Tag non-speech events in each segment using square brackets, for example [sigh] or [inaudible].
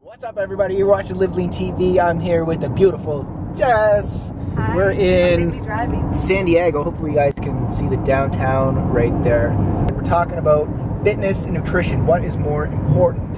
What's up, everybody? You're watching Live Lean TV. I'm here with the beautiful Jess. Hi, We're I'm in- busy driving. San Diego. Hopefully, you guys can see the downtown right there. We're talking about fitness and nutrition. What is more important?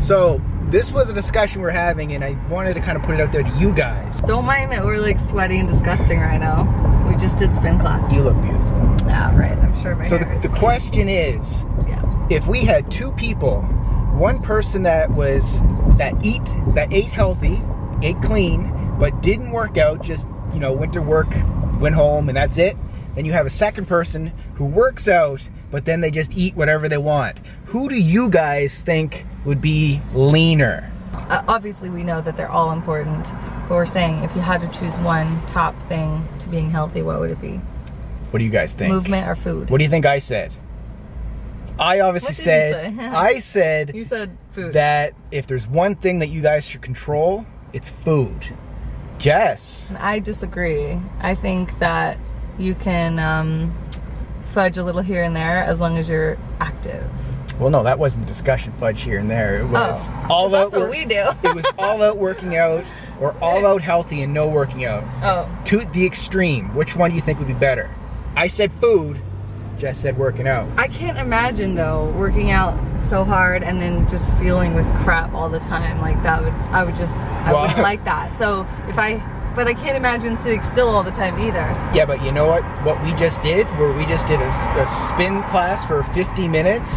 So, this was a discussion we're having, and I wanted to kind of put it out there to you guys. Don't mind that we're like sweaty and disgusting right now. We just did spin class. You look beautiful. yeah, right. I'm sure my So, hair the, is. the question is yeah. if we had two people, one person that was that eat that ate healthy, ate clean, but didn't work out, just you know went to work, went home, and that's it. Then you have a second person who works out, but then they just eat whatever they want. Who do you guys think would be leaner? Uh, obviously, we know that they're all important, but we're saying if you had to choose one top thing to being healthy, what would it be? What do you guys think? Movement or food? What do you think I said? I obviously What did you said say? [laughs] I said You said food. that if there's one thing that you guys should control, it's food. Jess. I disagree. I think that you can um, fudge a little here and there as long as you're active. Well, no, that wasn't discussion fudge here and there. It was Oh, all out. that's what work- we do. [laughs] it was all out working out, or all out healthy and no working out. Oh, To the extreme, which one do you think would be better? I said food. Jess said working out. I can't imagine though working out so hard and then just feeling with crap all the time. Like that would I would just I Well- would like that. So if I but I can't imagine sitting still all the time either. Yeah, but you know what? What we just did, where we just did a, s- a spin class for 50 minutes,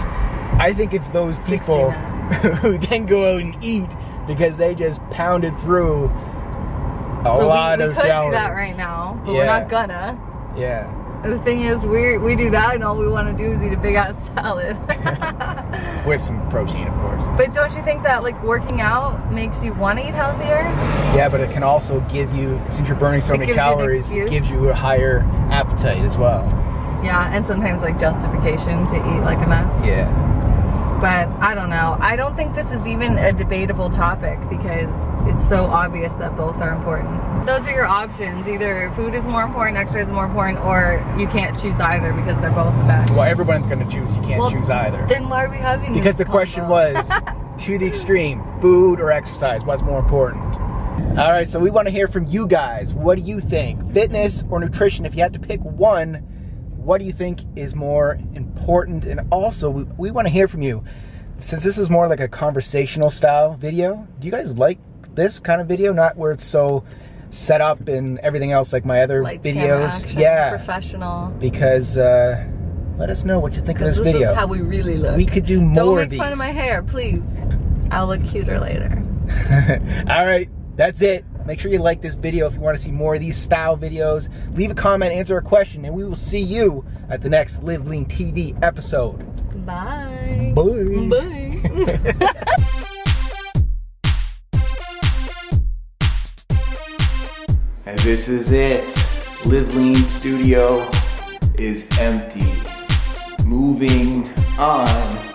I think it's those 60 people [laughs] who then go out and eat because they just pounded through a so lot we, we of could calories. do that right now, but we're Yeah. not gonna. Yeah. The thing is, we we do that and all we want to do is eat a big ass [laughs] [laughs] salad. With some protein, of course. but don't you think that like working out makes you want to eat healthier? Yeah, but it can also give you, since you're burning so It many gives you an calories, it excuse. gives you a higher appetite as well. Yeah, and sometimes like justification to eat like a mess. Yeah. But I don't know. I don't think this is even a debatable topic because it's so obvious that both are important. Those are your options. Either food is more important, exercise is more important, or you can't choose either because they're both the best. Well, everyone's going to choose. You can't Well, choose either. Then why are we having this because the question combo? was to the extreme food or exercise? What's more important? All right, so we want to hear from you guys. What do you think? Fitness or nutrition? If you had to pick one, what do you think is more important? And also, we, we want to hear from you. Since this is more like a conversational style video, do you guys like this kind of video? Not where it's so set up and everything else like my other Lights, camera, videos? action, yeah, professional. because uh, let us know what you think of this, Because this video. is how we really look. we could do more don't of make these. fun of my hair, please. I'll look cuter later. [laughs] All right, that's it. Make sure you like this video if you want to see more of these style videos. Leave a comment, answer a question, and we will see you at the next Live Lean TV episode. Bye. Bye. Bye. And this is it. Live Lean Studio is empty. Moving on.